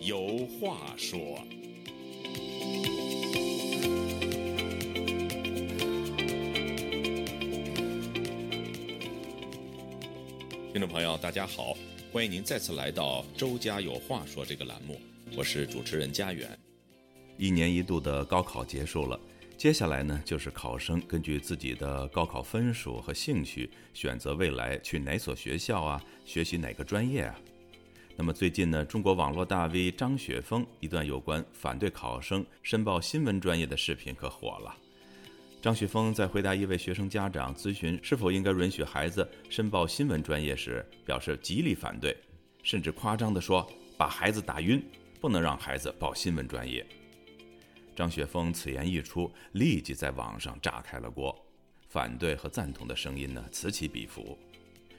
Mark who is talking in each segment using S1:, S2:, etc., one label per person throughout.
S1: 有话说。听众朋友，大家好，欢迎您再次来到《周家有话说》这个栏目，我是主持人家远。
S2: 一年一度的高考结束了，接下来呢，就是考生根据自己的高考分数和兴趣，选择未来去哪所学校啊，学习哪个专业啊。那么最近呢，中国网络大 V 张雪峰一段有关反对考生申报新闻专业的视频可火了。张雪峰在回答一位学生家长咨询是否应该允许孩子申报新闻专业时，表示极力反对，甚至夸张地说：“把孩子打晕，不能让孩子报新闻专业。”张雪峰此言一出，立即在网上炸开了锅，反对和赞同的声音呢此起彼伏。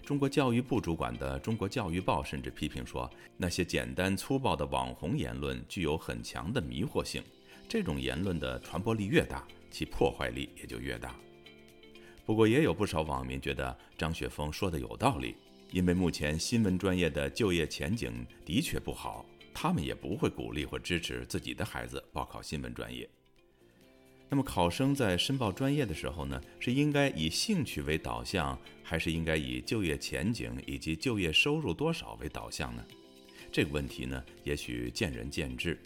S2: 中国教育部主管的《中国教育报》甚至批评说，那些简单粗暴的网红言论具有很强的迷惑性，这种言论的传播力越大，其破坏力也就越大。不过，也有不少网民觉得张雪峰说的有道理，因为目前新闻专业的就业前景的确不好，他们也不会鼓励或支持自己的孩子报考新闻专业。那么，考生在申报专业的时候呢，是应该以兴趣为导向，还是应该以就业前景以及就业收入多少为导向呢？这个问题呢，也许见仁见智。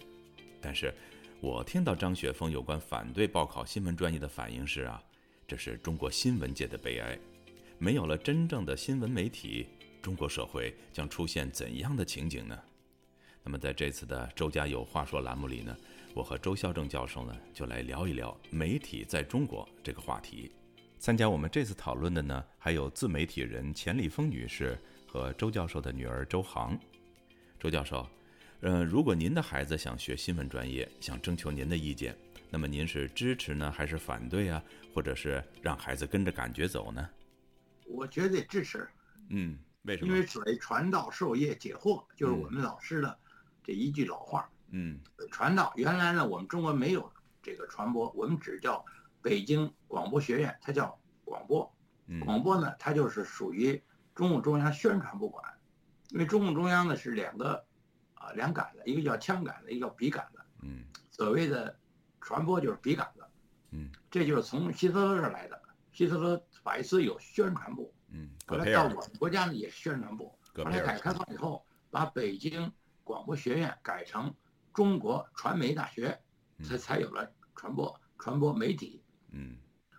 S2: 但是，我听到张雪峰有关反对报考新闻专业的反应是啊，这是中国新闻界的悲哀。没有了真正的新闻媒体，中国社会将出现怎样的情景呢？那么在这次的“周家有话说”栏目里呢，我和周孝正教授呢就来聊一聊媒体在中国这个话题。参加我们这次讨论的呢，还有自媒体人钱立峰女士和周教授的女儿周航。周教授，呃，如果您的孩子想学新闻专业，想征求您的意见，那么您是支持呢，还是反对啊？或者是让孩子跟着感觉走呢？
S3: 我绝对支持，
S2: 嗯，为什
S3: 因
S2: 么？
S3: 为所谓传道授业解惑，就是
S2: 嗯
S3: 我们老师的这一句老话。呃
S2: 嗯
S3: 传道原来呢，我们中国没有这个传播，我们只叫北京广播学院，它叫广播。
S2: 嗯
S3: 广播呢，它就是属于中共中央宣传部管，因为中共中央呢是两个啊、两杆子，一个叫枪杆子，一个叫笔杆子。
S2: 嗯
S3: 所谓的传播就是笔杆子，
S2: 嗯
S3: 这就是从希特勒这儿来的。希特勒法西斯有宣传部，
S2: 嗯，戈
S3: 后来
S2: 培
S3: 到
S2: 尔
S3: 我，们国家呢也是宣传部。
S2: 戈
S3: 后
S2: 培
S3: 来
S2: 尔
S3: 改革开放以后，把北京广播学院改成中国传媒大学，才
S2: 嗯
S3: 才有了传播传播媒体。
S2: 嗯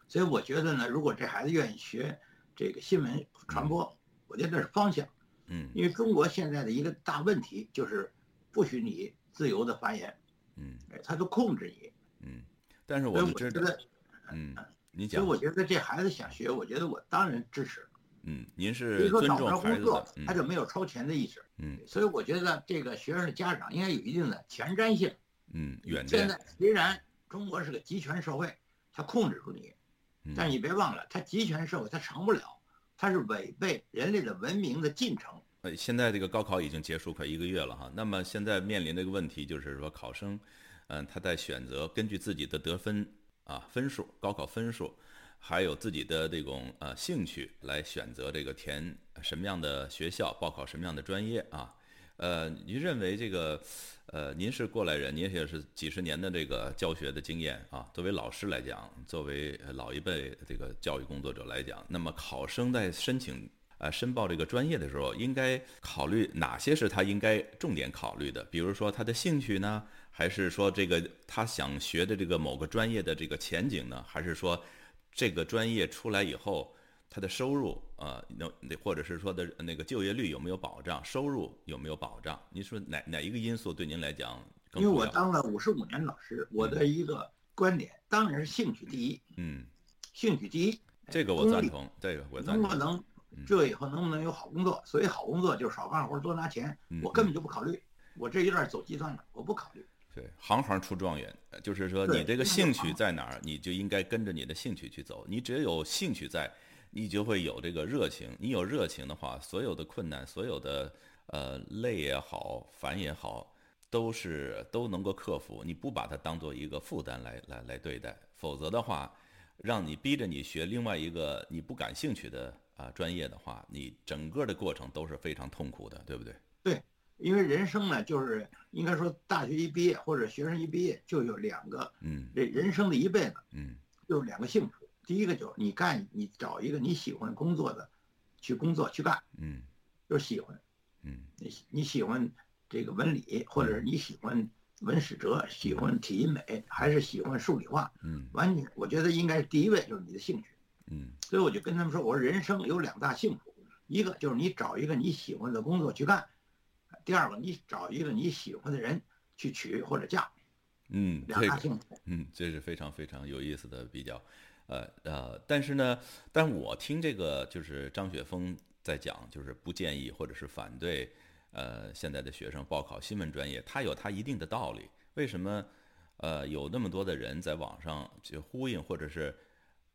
S3: 所以我觉得呢，如果这孩子愿意学这个新闻传播，我觉得这是方向。
S2: 嗯
S3: 因为中国现在的一个大问题就是不许你自由的发言，
S2: 嗯
S3: 哎他都控制你。
S2: 嗯，但是
S3: 所
S2: 我
S3: 以
S2: 们
S3: 我
S2: 知
S3: 觉
S2: 道，
S3: 得，
S2: 嗯，你
S3: 呃所以
S2: 讲，
S3: 我觉得这孩子想学，我觉得我当然支持。
S2: 嗯，您
S3: 比
S2: 是
S3: 如说
S2: 尊
S3: 找不着
S2: 重孩
S3: 工
S2: 子
S3: 作
S2: 的，，
S3: 他
S2: 嗯
S3: 就没有超前的意识。
S2: 嗯
S3: 所以我觉得这个学生的家长应该有一定的前瞻性。
S2: 嗯，远
S3: 现
S2: 见，
S3: 在虽然中国是个集权社会，它控制住你，
S2: 嗯
S3: 但你别忘了，它集权社会它成不了，它是违背人类的文明的进程。
S2: 呃，现在这个高考已经结束快一个月了哈，那么现在面临的一个问题就是说，考生，嗯，他在选择根据自己的得分啊分数、高考分数，还有自己的这种呃兴趣来选择这个填什么样的学校，报考什么样的专业啊。呃，您认为这个，呃，您是过来人，您也是几十年的这个教学的经验啊。作为老师来讲，作为呃老一辈这个教育工作者来讲，那么考生在申请呃申报这个专业的时候，应该考虑哪些是他应该重点考虑的？比如说他的兴趣呢，还是说这个他想学的这个某个专业的这个前景呢，还是说这个专业出来以后？他的收入啊，呃那、那或者是说的那个就业率有没有保障，收入有没有保障？您说哪哪一个因素对您来讲更
S3: 因为
S2: 重
S3: 我
S2: 要？
S3: 当了五十五年老师，我的一个观点当然是兴趣第一，
S2: 嗯，
S3: 兴趣第一。哎
S2: 这个我赞同，这个我
S3: 功利。
S2: 赞
S3: 能不
S2: 同。
S3: 能
S2: 嗯
S3: 这以后能不能有好工作？所以好工作就是少干活多拿钱
S2: 嗯，
S3: 我根本就不考虑。我这有点走极端了，我不考虑。
S2: 对，行行出状元，呃就是说
S3: 对
S2: 你这个
S3: 那就
S2: 兴
S3: 行
S2: 趣在哪儿，你就应该跟着你的兴趣去走。你只有兴趣在，你就会有这个热情。你有热情的话，所有的困难，所有的呃累也好，烦也好，都是都能够克服。你不把它当做一个负担来来来对待，否则的话，让你逼着你学另外一个你不感兴趣的啊、专业的话，你整个的过程都是非常痛苦的，对不对？
S3: 因为人生呢，就是应该说大学一毕业或者学生一毕业就有两个，
S2: 嗯
S3: 这人生的一辈子
S2: 嗯
S3: 就有两个幸福。第一个就是你干，你找一个你喜欢工作的，去工作去干，
S2: 嗯
S3: 就是喜欢。
S2: 嗯
S3: 你喜你喜欢这个文理，或者是你喜欢文史哲，喜欢体育美，还是喜欢数理化？
S2: 嗯
S3: 完全，我觉得应该第一位就是你的兴趣。
S2: 嗯
S3: 所以我就跟他们说，我说人生有两大幸福，一个就是你找一个你喜欢的工作去干，第二个你找一个你喜欢的人去娶或者嫁，
S2: 嗯，
S3: 两
S2: 这
S3: 大
S2: 个
S3: 幸福。
S2: 嗯，这是非常非常有意思的比较，呃呃，但是呢，但我听这个就是张雪峰在讲，就是不建议或者是反对，呃，现在的学生报考新闻专业，他有他一定的道理。为什么，呃，有那么多的人在网上去呼应或者是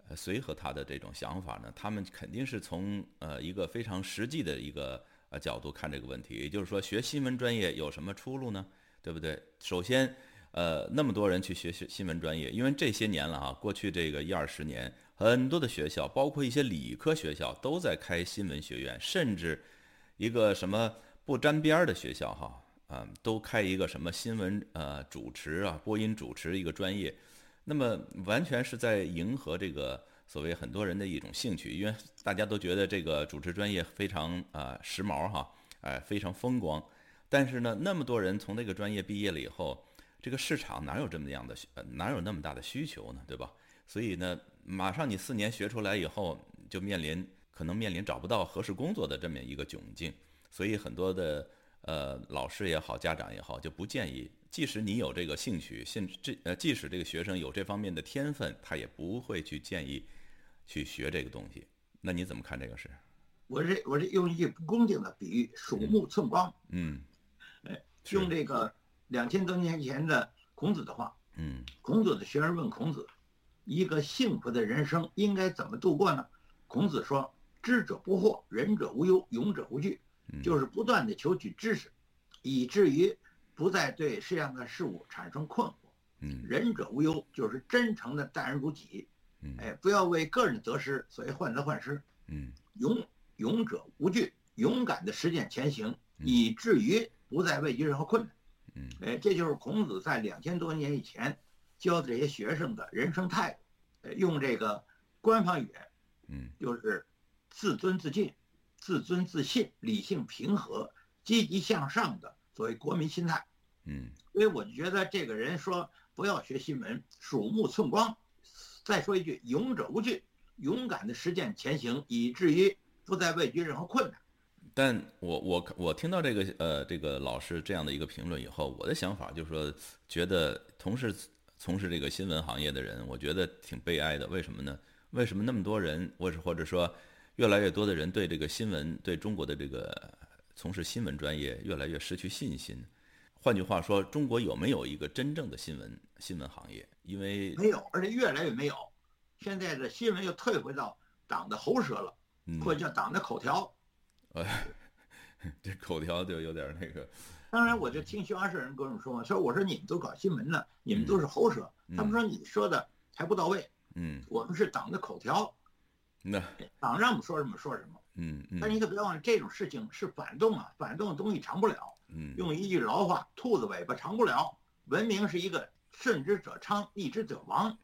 S2: 呃随和他的这种想法呢？他们肯定是从呃一个非常实际的一个呃角度看这个问题，也就是说，学新闻专业有什么出路呢？对不对？首先，呃，那么多人去学习新闻专业，因为这些年了啊，过去这个一二十年，很多的学校，包括一些理科学校，都在开新闻学院，甚至一个什么不沾边儿的学校哈，啊、都开一个什么新闻呃主持啊，播音主持一个专业，那么完全是在迎合这个所谓很多人的一种兴趣，因为大家都觉得这个主持专业非常啊、呃时髦哈，哎、非常风光。但是呢，那么多人从那个专业毕业了以后，这个市场哪有这么样的需呃哪有那么大的需求呢？对吧？所以呢，马上你四年学出来以后，就面临可能面临找不到合适工作的这么一个窘境。所以很多的呃老师也好，家长也好，就不建议，即使你有这个兴趣，现这呃即使这个学生有这方面的天分，他也不会去建议去学这个东西。那你怎么看这个事？
S3: 我这我这用一句不恭敬的比喻，鼠目寸光，
S2: 嗯，是
S3: 哎用这个两千多年前的孔子的话，
S2: 嗯
S3: 孔子的学生问孔子，一个幸福的人生应该怎么度过呢？孔子说：“知者不惑，仁者无忧，勇者无惧。”
S2: 嗯
S3: 就是不断的求取知识，以至于不再对这样的事物产生困惑。
S2: 嗯
S3: 仁者无忧，就是真诚的待人如己，
S2: 嗯
S3: 哎，不要为个人的得失所谓患得患失。
S2: 嗯
S3: 勇勇者无惧，勇敢的实践前行，
S2: 嗯
S3: 以至于不再畏惧任何困难。
S2: 嗯
S3: 哎，这就是孔子在两千多年以前教的这些学生的人生态度。呃，用这个官方语言
S2: 嗯
S3: 就是自尊自敬、自尊自信、理性平和、积极向上的所谓国民心态。
S2: 嗯
S3: 所以我就觉得这个人说不要学新闻，鼠目寸光。再说一句，勇者无惧，勇敢的实践前行，以至于不再畏惧任何困难。
S2: 但我我我听到这个呃这个老师这样的一个评论以后，我的想法就是说，觉得从事从事这个新闻行业的人，我觉得挺悲哀的。为什么呢？为什么那么多人，或者或者说越来越多的人对这个新闻，对中国的这个呃从事新闻专业越来越失去信心？换句话说，中国有没有一个真正的新闻新闻行业？因为
S3: 没有，而且越来越没有。现在的新闻又退回到党的喉舌了，
S2: 嗯，
S3: 或者叫党的口条。
S2: 呃， 这口条就有点那个，
S3: 当然，我就听新华社人跟我们说嘛，说我说你们都搞新闻呢，你们都是喉舌。他们说你说的还不到位，
S2: 嗯，
S3: 我们是党的口条，
S2: 那
S3: 党让我们说什么说什么。
S2: 嗯
S3: 但是
S2: 嗯
S3: 你可别忘了，这种事情是反动啊，反动的东西长不了。
S2: 嗯
S3: 用一句老话，兔子尾巴长不了。文明是一个顺之者昌，逆之者亡，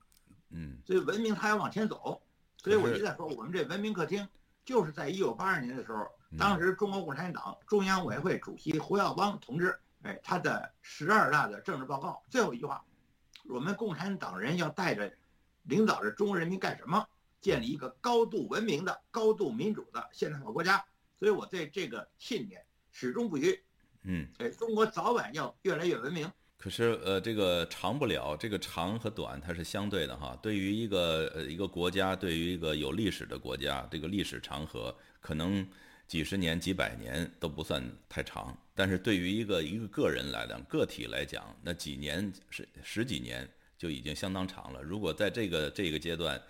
S2: 嗯
S3: 所以文明它要往前走。所以我
S2: 可
S3: 一
S2: 是
S3: 直在说，我们这文明客厅就是在一九八二年的时候，
S2: 嗯
S3: 当时中国共产党中央委员会主席胡耀邦同志，哎，他的十二大的政治报告最后一句话，我们共产党人要带着领导着中国人民干什么？建立一个高度文明的、高度民主的现代化国家。所以我对这个信念始终不渝。
S2: 嗯。
S3: 哎，中国早晚要越来越文明。
S2: 可是，呃，这个长不了，这个长和短它是相对的哈。对于一个呃一个国家，对于一个有历史的国家，这个历史长河可能几十年、几百年都不算太长。但是对于一个一个个人来讲，个体来讲，那几年十十几年就已经相当长了。如果在这个这个阶段，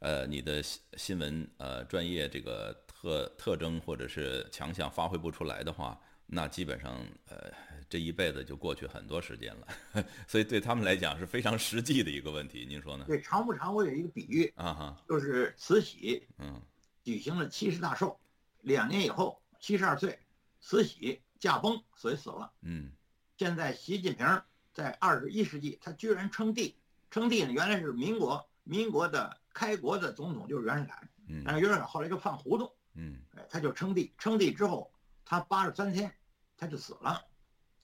S2: 呃，你的新新闻呃专业这个特特征或者是强项发挥不出来的话，那基本上呃这一辈子就过去很多时间了， 所以对他们来讲是非常实际的一个问题，您说呢？
S3: 对，长不长？我有一个比喻，
S2: 啊哈，
S3: 就是慈禧
S2: 嗯
S3: 举行了七十大寿，两年以后，七十二岁，慈禧驾崩，所以死了。
S2: 嗯
S3: 现在习近平在二十一世纪，他居然称帝，称帝呢原来是民国，民国的开国的总统就是袁世凯，但
S2: 嗯
S3: 是袁世凯后来就犯糊涂，
S2: 嗯
S3: 哎，他就称帝，称帝之后他八十三天他就死了。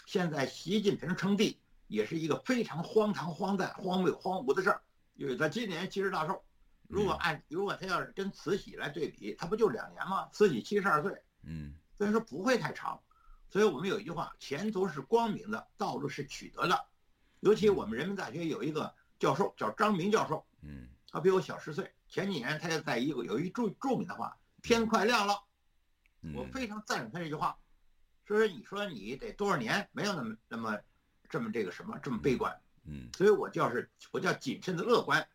S3: 现在习近平称帝也是一个非常荒唐、荒诞、荒谬、荒芜的事儿，因为他今年七十大寿。如果按如果他要是跟慈禧来对比，他不就两年吗？慈禧七十二岁，
S2: 嗯
S3: 所以说不会太长。所以我们有一句话：前途是光明的，道路是取得的。尤其我们人民大学有一个教授叫张明教授，
S2: 嗯
S3: 他比我小十岁。前几年他就在一个有一著著名的话：“天快亮了。”
S2: 嗯，
S3: 我非常赞赏他这句话，说是你说你得多少年没有那么那么这么这个什么这么悲观，
S2: 嗯，
S3: 所以我就是我叫谨慎的乐观。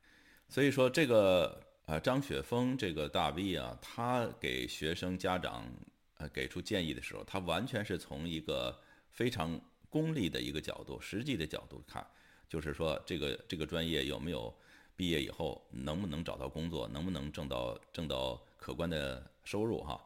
S2: 所以说这个呃张雪峰这个大 V 啊，他给学生家长呃给出建议的时候，他完全是从一个非常功利的一个角度、实际的角度看，就是说这个这个专业有没有毕业以后能不能找到工作，能不能挣到挣到可观的收入哈。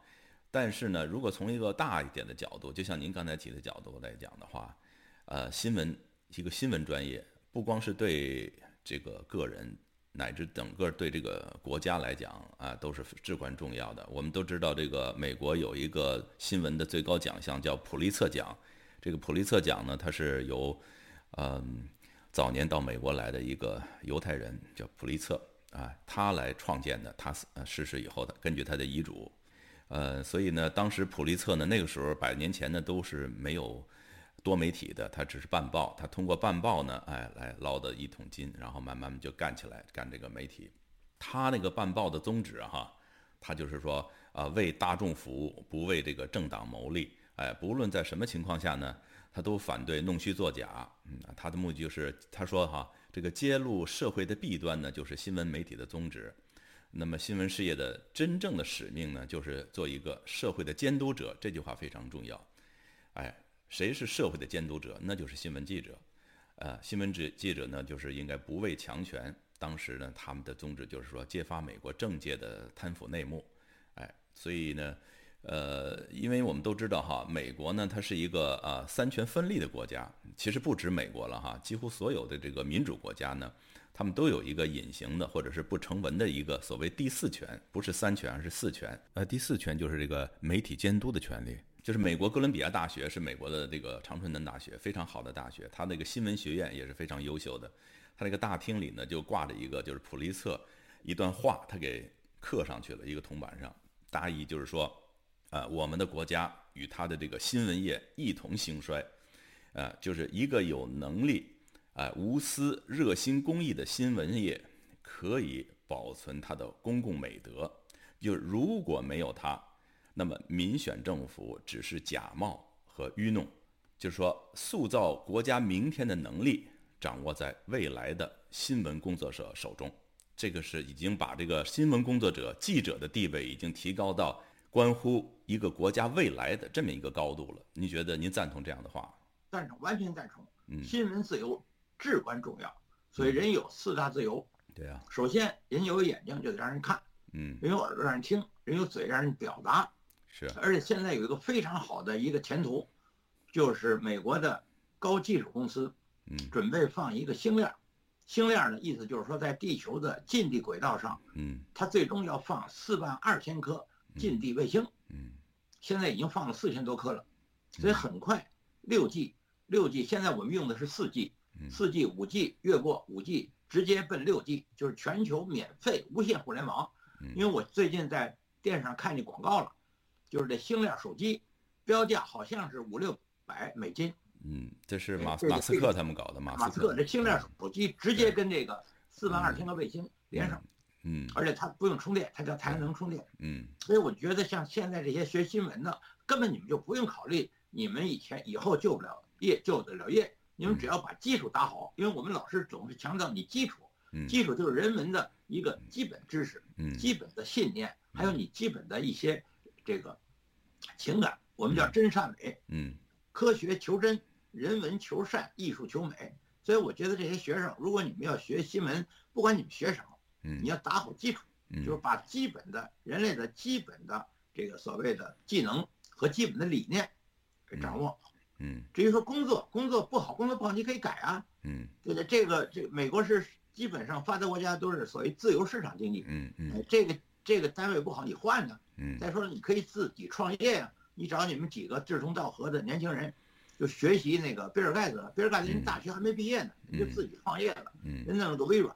S2: 但是呢，如果从一个大一点的角度，就像您刚才提的角度来讲的话，呃，新闻一个新闻专业，不光是对这个个人，乃至整个对这个国家来讲啊，都是至关重要的。我们都知道，这个美国有一个新闻的最高奖项叫普利策奖，这个普利策奖呢，它是由嗯早年到美国来的一个犹太人叫普利策啊，他来创建的，他死呃逝世以后的，根据他的遗嘱。呃，所以呢，当时普利策呢，那个时候百年前呢，都是没有多媒体的，它只是办报，它通过办报呢，哎，来捞的一桶金，然后慢慢就干起来，干这个媒体。他那个办报的宗旨啊哈，他就是说啊、为大众服务，不为这个政党谋利。哎，不论在什么情况下呢，他都反对弄虚作假。嗯，他的目的就是他说哈，这个揭露社会的弊端呢，就是新闻媒体的宗旨。那么新闻事业的真正的使命呢，就是做一个社会的监督者。这句话非常重要。哎，谁是社会的监督者？那就是新闻记者。呃，新闻记记者呢，就是应该不畏强权。当时呢，他们的宗旨就是说揭发美国政界的贪腐内幕。哎，所以呢，呃，因为我们都知道哈，美国呢，它是一个呃三权分立的国家。其实不止美国了哈，几乎所有的这个民主国家呢，他们都有一个隐形的或者是不成文的一个所谓第四权，不是三权，而是四权。呃，第四权就是这个媒体监督的权利。就是美国哥伦比亚大学是美国的这个常春藤大学，非常好的大学，它那个新闻学院也是非常优秀的。它那个大厅里呢，就挂着一个就是普利策一段话，他给刻上去了一个铜板上，大意就是说，呃，我们的国家与它的这个新闻业一同兴衰，呃，就是一个有能力、啊、无私、热心公益的新闻业，可以保存它的公共美德。就如果没有它，那么民选政府只是假冒和愚弄，就是说，塑造国家明天的能力掌握在未来的新闻工作者手中。这个是已经把这个新闻工作者、记者的地位已经提高到关乎一个国家未来的这么一个高度了。您觉得您赞同这样的话？
S3: 赞成，完全赞成。
S2: 嗯，
S3: 新闻自由至关重要，所以人有四大自由。
S2: 对啊，
S3: 首先，人有眼睛就得让人看，
S2: 嗯，
S3: 人有耳朵让人听，人有嘴让人表达。
S2: 是啊，
S3: 而且现在有一个非常好的一个前途，就是美国的高技术公司
S2: 嗯
S3: 准备放一个星链儿。星链儿的意思就是说，在地球的近地轨道上，
S2: 嗯
S3: 它最终要放四万二千颗近地卫星，
S2: 嗯
S3: 现在已经放了四千多颗了，所以很快六 G 六 G 现在我们用的是四 G
S2: 嗯
S3: 四 G 五 G 越过五 G 直接奔六 G，就是全球免费无线互联网
S2: 嗯。
S3: 因为我最近在电视上看见广告了，就是这星链手机标价好像是五六百美金，
S2: 嗯，这是马
S3: 这个
S2: 马斯克他们搞的，马
S3: 马
S2: 斯
S3: 斯克
S2: 克嗯
S3: 这星链手机直接跟这个四万二千个卫星连上，
S2: 嗯
S3: 而且它不用充电，它叫太阳能充电。
S2: 嗯
S3: 所以我觉得像现在这些学新闻的，根本你们就不用考虑你们以前以后救不了业救得了业，你
S2: 嗯
S3: 们只要把基础打好，因为我们老师总是强调你基础，
S2: 嗯
S3: 基础就是人文的一个基本知识、
S2: 嗯
S3: 基本的信念，还有你基本的一些这个情感，我们叫真善美，
S2: 嗯
S3: 科学求真，人文求善，艺术求美。所以我觉得这些学生，如果你们要学新闻，不管你们学什么，
S2: 嗯
S3: 你要打好基础。
S2: 嗯，
S3: 就是把基本的人类的基本的这个所谓的技能和基本的理念，给掌握。
S2: 嗯
S3: 至于说工作，工作不好，工作不好你可以改啊。
S2: 嗯
S3: 对的，这个这美国是基本上发达国家都是所谓自由市场经济，
S2: 嗯
S3: 哎
S2: 嗯，
S3: 这个这个单位不好你换呢。
S2: 嗯
S3: 再说你可以自己创业呀、你找你们几个志同道合的年轻人，就学习那个比尔盖茨，比尔盖茨人
S2: 嗯
S3: 大学还没毕业呢，人就
S2: 嗯
S3: 自己创业了，
S2: 嗯
S3: 人弄了个微软，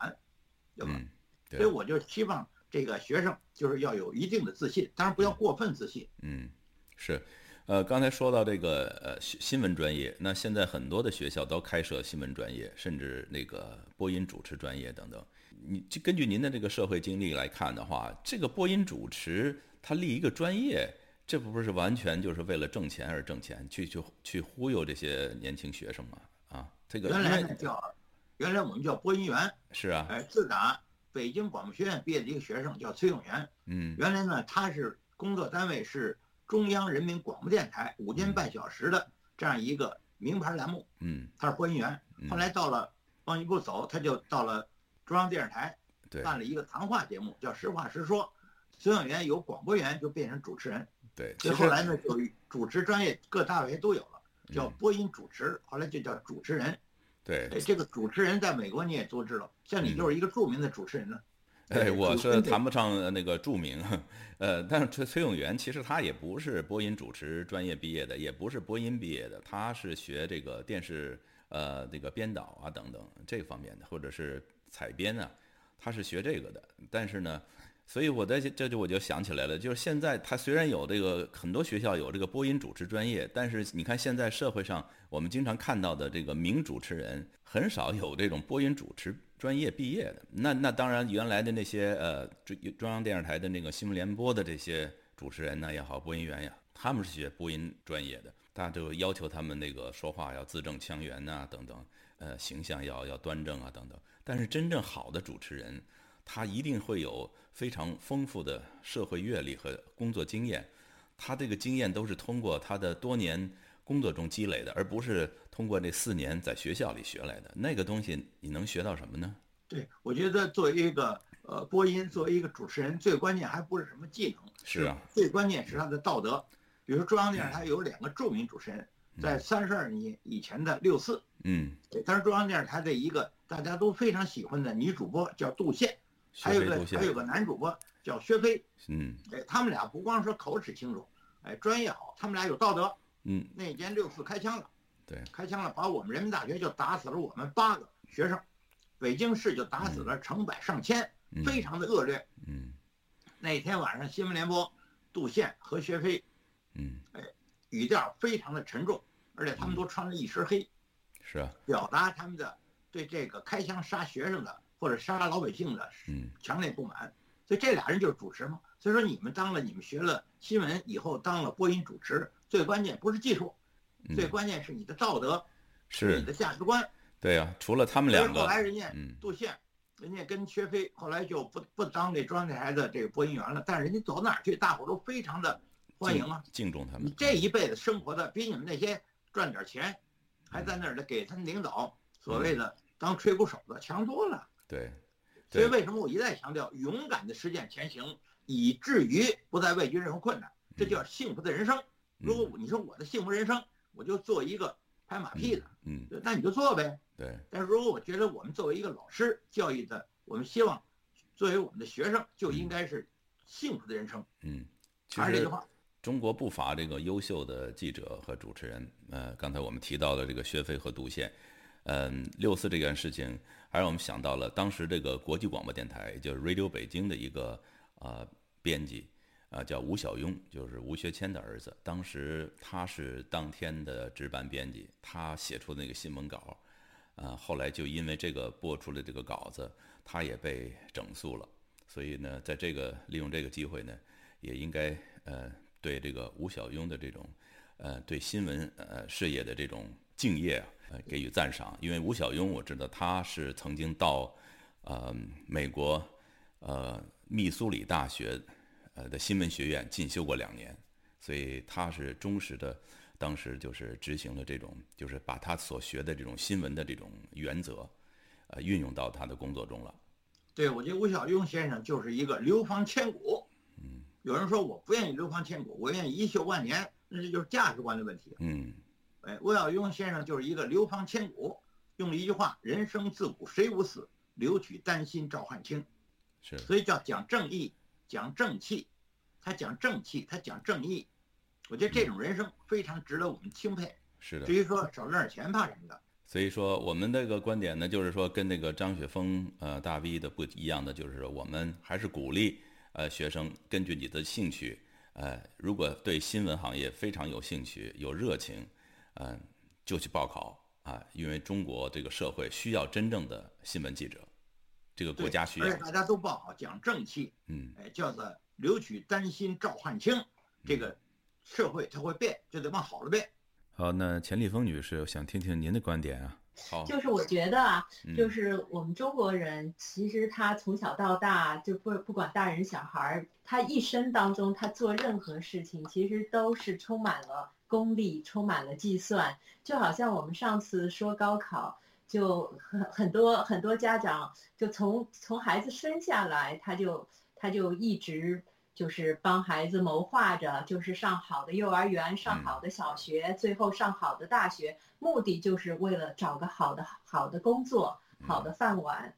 S3: 对吧？
S2: 嗯，
S3: 所以我就希望这个学生就是要有一定的自信，当然不要过分自信。
S2: 嗯，是，呃，刚才说到这个呃新新闻专业，那现在很多的学校都开设新闻专业，甚至那个播音主持专业等等。你就根据您的这个社会经历来看的话，这个播音主持他立一个专业，这不是完全就是为了挣钱而挣钱，去去去忽悠这些年轻学生吗？啊，这个
S3: 原来
S2: 因
S3: 呢
S2: 为
S3: 叫，原来我们叫播音员，
S2: 是啊，
S3: 哎，自打北京广播学院毕业的一个学生叫崔永元，
S2: 嗯
S3: 原来呢他是工作单位是中央人民广播电台五间半小时的这样一个名牌栏目，
S2: 嗯，
S3: 他是播音员。
S2: 嗯
S3: 后来到了往一步走，他就到了中央电视台
S2: 对
S3: 办了一个谈话节目，叫《实话实说》。孙永元由广播员就变成主持人，
S2: 对，
S3: 所以
S2: 其
S3: 后
S2: 实
S3: 来呢，就主持专业各大学都有了，叫
S2: 嗯
S3: 播音主持，后来就叫主持人。
S2: 对
S3: 哎，这个主持人在美国你也都知道，像你就是一个著名的主持人了。
S2: 嗯 哎，
S3: 呃对
S2: 我
S3: 主
S2: 是
S3: 跟这
S2: 谈不上呃那个著名，呃，但是崔崔永元其实他也不是播音主持专业毕业的，也不是播音毕业的，他是学这个电视呃这个编导啊等等这方面的，或者是采编啊，他是学这个的。但是呢，所以我在这这就我就想起来了，就是现在他虽然有这个很多学校有这个播音主持专业，但是你看现在社会上我们经常看到的这个名主持人，很少有这种播音主持专业毕业的。那那当然，原来的那些呃中中央电视台的那个新闻联播的这些主持人呢也好，播音员呀，他们是学播音专业的，大家就要求他们那个说话要字正腔圆呐、等等，呃，形象要要端正啊等等。但是真正好的主持人，他一定会有非常丰富的社会阅历和工作经验。他这个经验都是通过他的多年工作中积累的，而不是通过这四年在学校里学来的。那个东西你能学到什么呢？
S3: 对，我觉得作为一个呃播音，作为一个主持人，最关键还不是什么技能，
S2: 是啊，嗯
S3: 最关键是他的道德。比如中央电视台有两个著名主持人，在三十二年以前的六四，
S2: 嗯，
S3: 对，但是中央电视台的一个大家都非常喜欢的女主播叫杜宪，还有
S2: 学
S3: 个
S2: 费
S3: 还有
S2: 都
S3: 个
S2: 行。
S3: 男主播叫薛飞，
S2: 嗯
S3: 哎，他们俩不光说口齿清楚，哎，专业好，他们俩有道德。
S2: 嗯，
S3: 那年六四开枪了，
S2: 对，
S3: 开枪了，把我们人民大学就打死了我们八个学生，北京市就打死了成百上千，
S2: 嗯
S3: 非常的恶劣。
S2: 嗯
S3: 那天晚上，新闻联播，杜宪和薛飞
S2: 嗯，
S3: 语调非常的沉重，而且他们都穿了一身黑，
S2: 是啊，
S3: 表达他们的对这个开枪杀学生的或者杀老百姓的
S2: 嗯
S3: 强烈不满。所以这俩人就是主持嘛。所以说你们当了，你们学了新闻以后当了播音主持，最关键不是技术，最
S2: 嗯，
S3: 关键是你的道德，你
S2: 是
S3: 的，价值观。
S2: 对呀、除了他们
S3: 所以
S2: 两
S3: 后
S2: 个，
S3: 来人家
S2: 嗯
S3: 杜宪，人家跟薛飞后来就不不当这中央电视台的这个播音员了，但是人家走哪儿去，大伙都非常的欢迎啊。
S2: 敬重他
S3: 你
S2: 们。
S3: 这一辈子生活的比你们那些赚点钱，还在那儿的给他们领导所谓的当吹鼓手的强多了。
S2: 对，
S3: 所
S2: 对
S3: 以为什么我一再强调，勇敢的实践前行，以至于不再畏惧任何困难，这
S2: 嗯
S3: 叫幸福的人生。如果你说我的幸福人生，我就做一个拍马屁的，
S2: 嗯，
S3: 对那你就做呗。
S2: 对，
S3: 但是如果我觉得我们作为一个老师教育的，我们希望作为我们的学生就应该是幸福的人生。
S2: 嗯，其
S3: 还是这
S2: 实
S3: 句话，
S2: 中国不乏这个优秀的记者和主持人。呃，刚才我们提到的这个薛飞和杜宪，嗯、六四这件事情，还让我们想到了当时这个国际广播电台，就是 Radio 北京的一个呃编辑，啊、叫吴晓雍，就是吴学谦的儿子。当时他是当天的值班编辑，他写出那个新闻稿，啊、后来就因为这个播出了这个稿子，他也被整肃了。所以呢，在这个利用这个机会呢，也应该呃对这个吴晓雍的这种呃对新闻呃事业的这种敬业啊呃给予赞赏，因为吴晓雍我知道他是曾经到呃美国呃密苏里大学呃的新闻学院进修过两年，所以他是忠实的，当时就是执行了这种，就是把他所学的这种新闻的这种原则，呃，运用到他的工作中了。
S3: 对我觉得吴晓雍先生
S2: 嗯
S3: 就是一个流芳千古。有人说我不愿意流芳千古，我愿意一袖万年，那这就是价值观的问题。
S2: 嗯
S3: 哎，欧耀庸先生就是一个流芳千古，用了一句话：“人生自古谁无死，留取丹心照汗青。”
S2: 是
S3: 所以叫讲正义，讲正气，他讲正气，他讲正义，我觉得这种人生非常值得我们钦佩。
S2: 是的
S3: 至。于说少挣点钱怕什么的，
S2: 所以说，我们这个观点呢，就是说跟那个张雪峰呃大 V 的不一样的，就是说我们还是鼓励呃学生根据你的兴趣，呃，如果对新闻行业非常有兴趣、有热情，嗯、就去报考啊，因为中国这个社会需要真正的新闻记者，这个国
S3: 对
S2: 家需要
S3: 而且，大家都不好讲正气，
S2: 嗯，
S3: 哎，叫做留取丹心照汗青。这个社会它会变，就得往好了变。
S2: 好，那钱立峰女士想听听您的观点啊，好，
S4: 就是我觉得啊，就
S2: 嗯
S4: 是我们中国人，其实他从小到大，就不不管大人小孩儿，他一生当中，他做任何事情，其实都是充满了功利，充满了计算。就好像我们上次说高考，就很很多很多家长就从从孩子生下来，他就他就一直。就是帮孩子谋划着，就是上好的幼儿园，
S2: 嗯
S4: 上好的小学，最后上好的大学，目的就是为了找个好的好的工作、好的饭碗。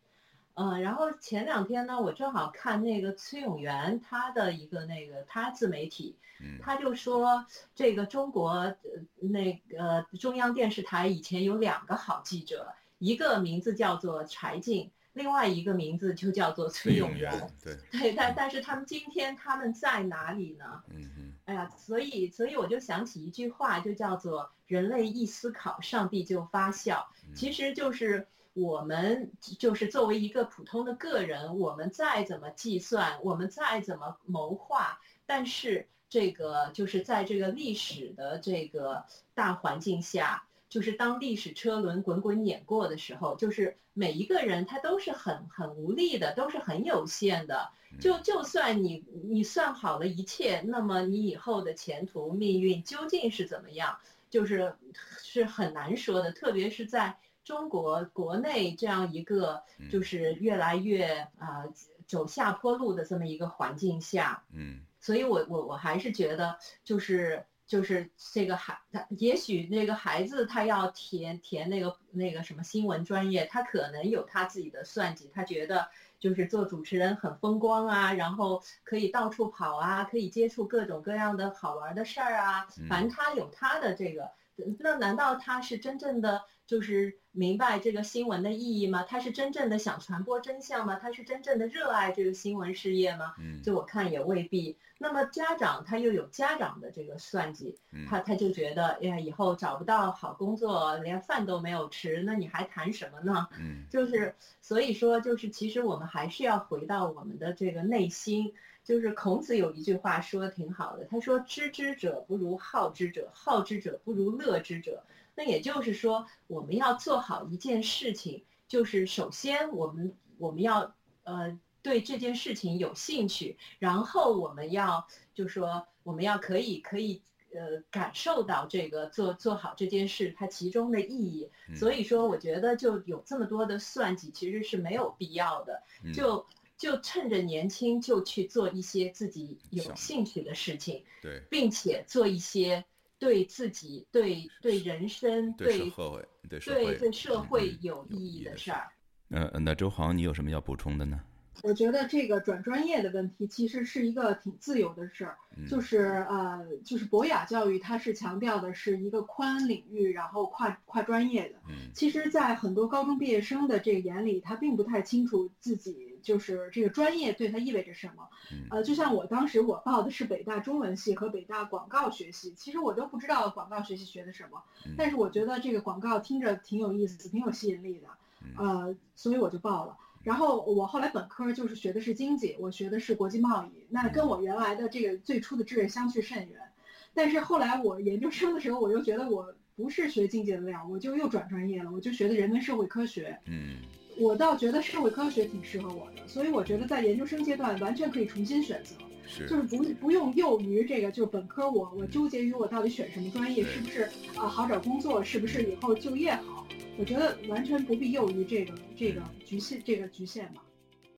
S4: 呃，然后前两天呢，我正好看那个崔永元他的一个那个他自媒体，
S2: 嗯
S4: 他就说这个中国呃那个中央电视台以前有两个好记者，一个名字叫做柴静，另外一个名字就叫做崔永元。，嗯
S2: 对，
S4: 对，但但是他们今天他们在哪里呢？
S2: 嗯嗯
S4: 哎呀，所以所以我就想起一句话，就叫做“人类一思考，上帝就发笑”。
S2: 嗯
S4: 其实就是我们就是作为一个普通的个人，我们再怎么计算，我们再怎么谋划，但是这个就是在这个历史的这个大环境下，就是当历史车轮滚滚碾过的时候，就是每一个人他都是很很无力的，都是很有限的。
S2: 嗯
S4: 就就算你你算好了一切，那么你以后的前途命运究竟是怎么样，就是是很难说的。特别是在中国国内这样一个
S2: 嗯
S4: 就是越来越啊、呃走下坡路的这么一个环境下，
S2: 嗯
S4: 所以我我我还是觉得就是。就是这个孩，他也许那个孩子他要填填那个那个什么新闻专业，他可能有他自己的算计，他觉得就是做主持人很风光啊，然后可以到处跑啊，可以接触各种各样的好玩的事儿啊
S2: 嗯，
S4: 反正他有他的这个。呃那难道他是真正的就是明白这个新闻的意义吗？他是真正的想传播真相吗？他是真正的热爱这个新闻事业吗？
S2: 嗯，
S4: 就我看也未必。那么家长他又有家长的这个算计，
S2: 嗯
S4: 他他就觉得，哎呀，以后找不到好工作，连饭都没有吃，那你还谈什么呢？
S2: 嗯
S4: 就是所以说，就是其实我们还是要回到我们的这个内心。就是孔子有一句话说的挺好的，他说：“知之者不如好之者，好之者不如乐之者。”那也就是说，我们要做好一件事情，就是首先我们我们要呃对这件事情有兴趣，然后我们要就说我们要可以可以呃感受到这个做做好这件事它其中的意义。
S2: 嗯
S4: 所以说，我觉得就有这么多的算计其实是没有必要的，
S2: 嗯
S4: 就。就趁着年轻，就去做一些自己
S2: 想
S4: 有兴趣的事情，
S2: 对
S4: 并且做一些对自己、对对人生、
S2: 对
S4: 对
S2: 社会对社
S4: 对
S2: 会
S4: 对社会
S2: 嗯
S4: 有
S2: 有
S4: 意
S2: 意义
S4: 义
S2: 的
S4: 的
S2: 事
S4: 事儿。
S2: 呃，那周航，你有什么要补充的呢？
S5: 我觉得这个转专业的问题其实是一个挺自由的事儿，
S2: 嗯
S5: 就是呃，就是博雅教育它是强调的是一个宽领域，然后跨跨专业的。
S2: 嗯
S5: 其实，在很多高中毕业生的这个眼里，他并不太清楚自己就是这个专业对他意味着什么。
S2: 嗯
S5: 呃，就像我当时我报的是北大中文系和北大广告学系，其实我都不知道广告学系学的什么
S2: 嗯，
S5: 但是我觉得这个广告听着挺有意思，挺有吸引力的，呃，所以我就报了。然后我后来本科就是学的是经济，我学的是国际贸易，那跟我原来的这个最初的志愿相去甚远。但是后来我研究生的时候，我又觉得我不是学经济的料，我就又转专业了，我就学的人文社会科学。
S2: 嗯
S5: 我倒觉得社会科学挺适合我的，所以我觉得在研究生阶段完全可以重新选择，
S2: 是
S5: 就是不不用囿于这个，就是本科我我纠结于我到底选什么专业，
S2: 对
S5: 是不是啊好找工作，是不是以后就业好？我觉得完全不必囿于这个这个局限这个局限吧。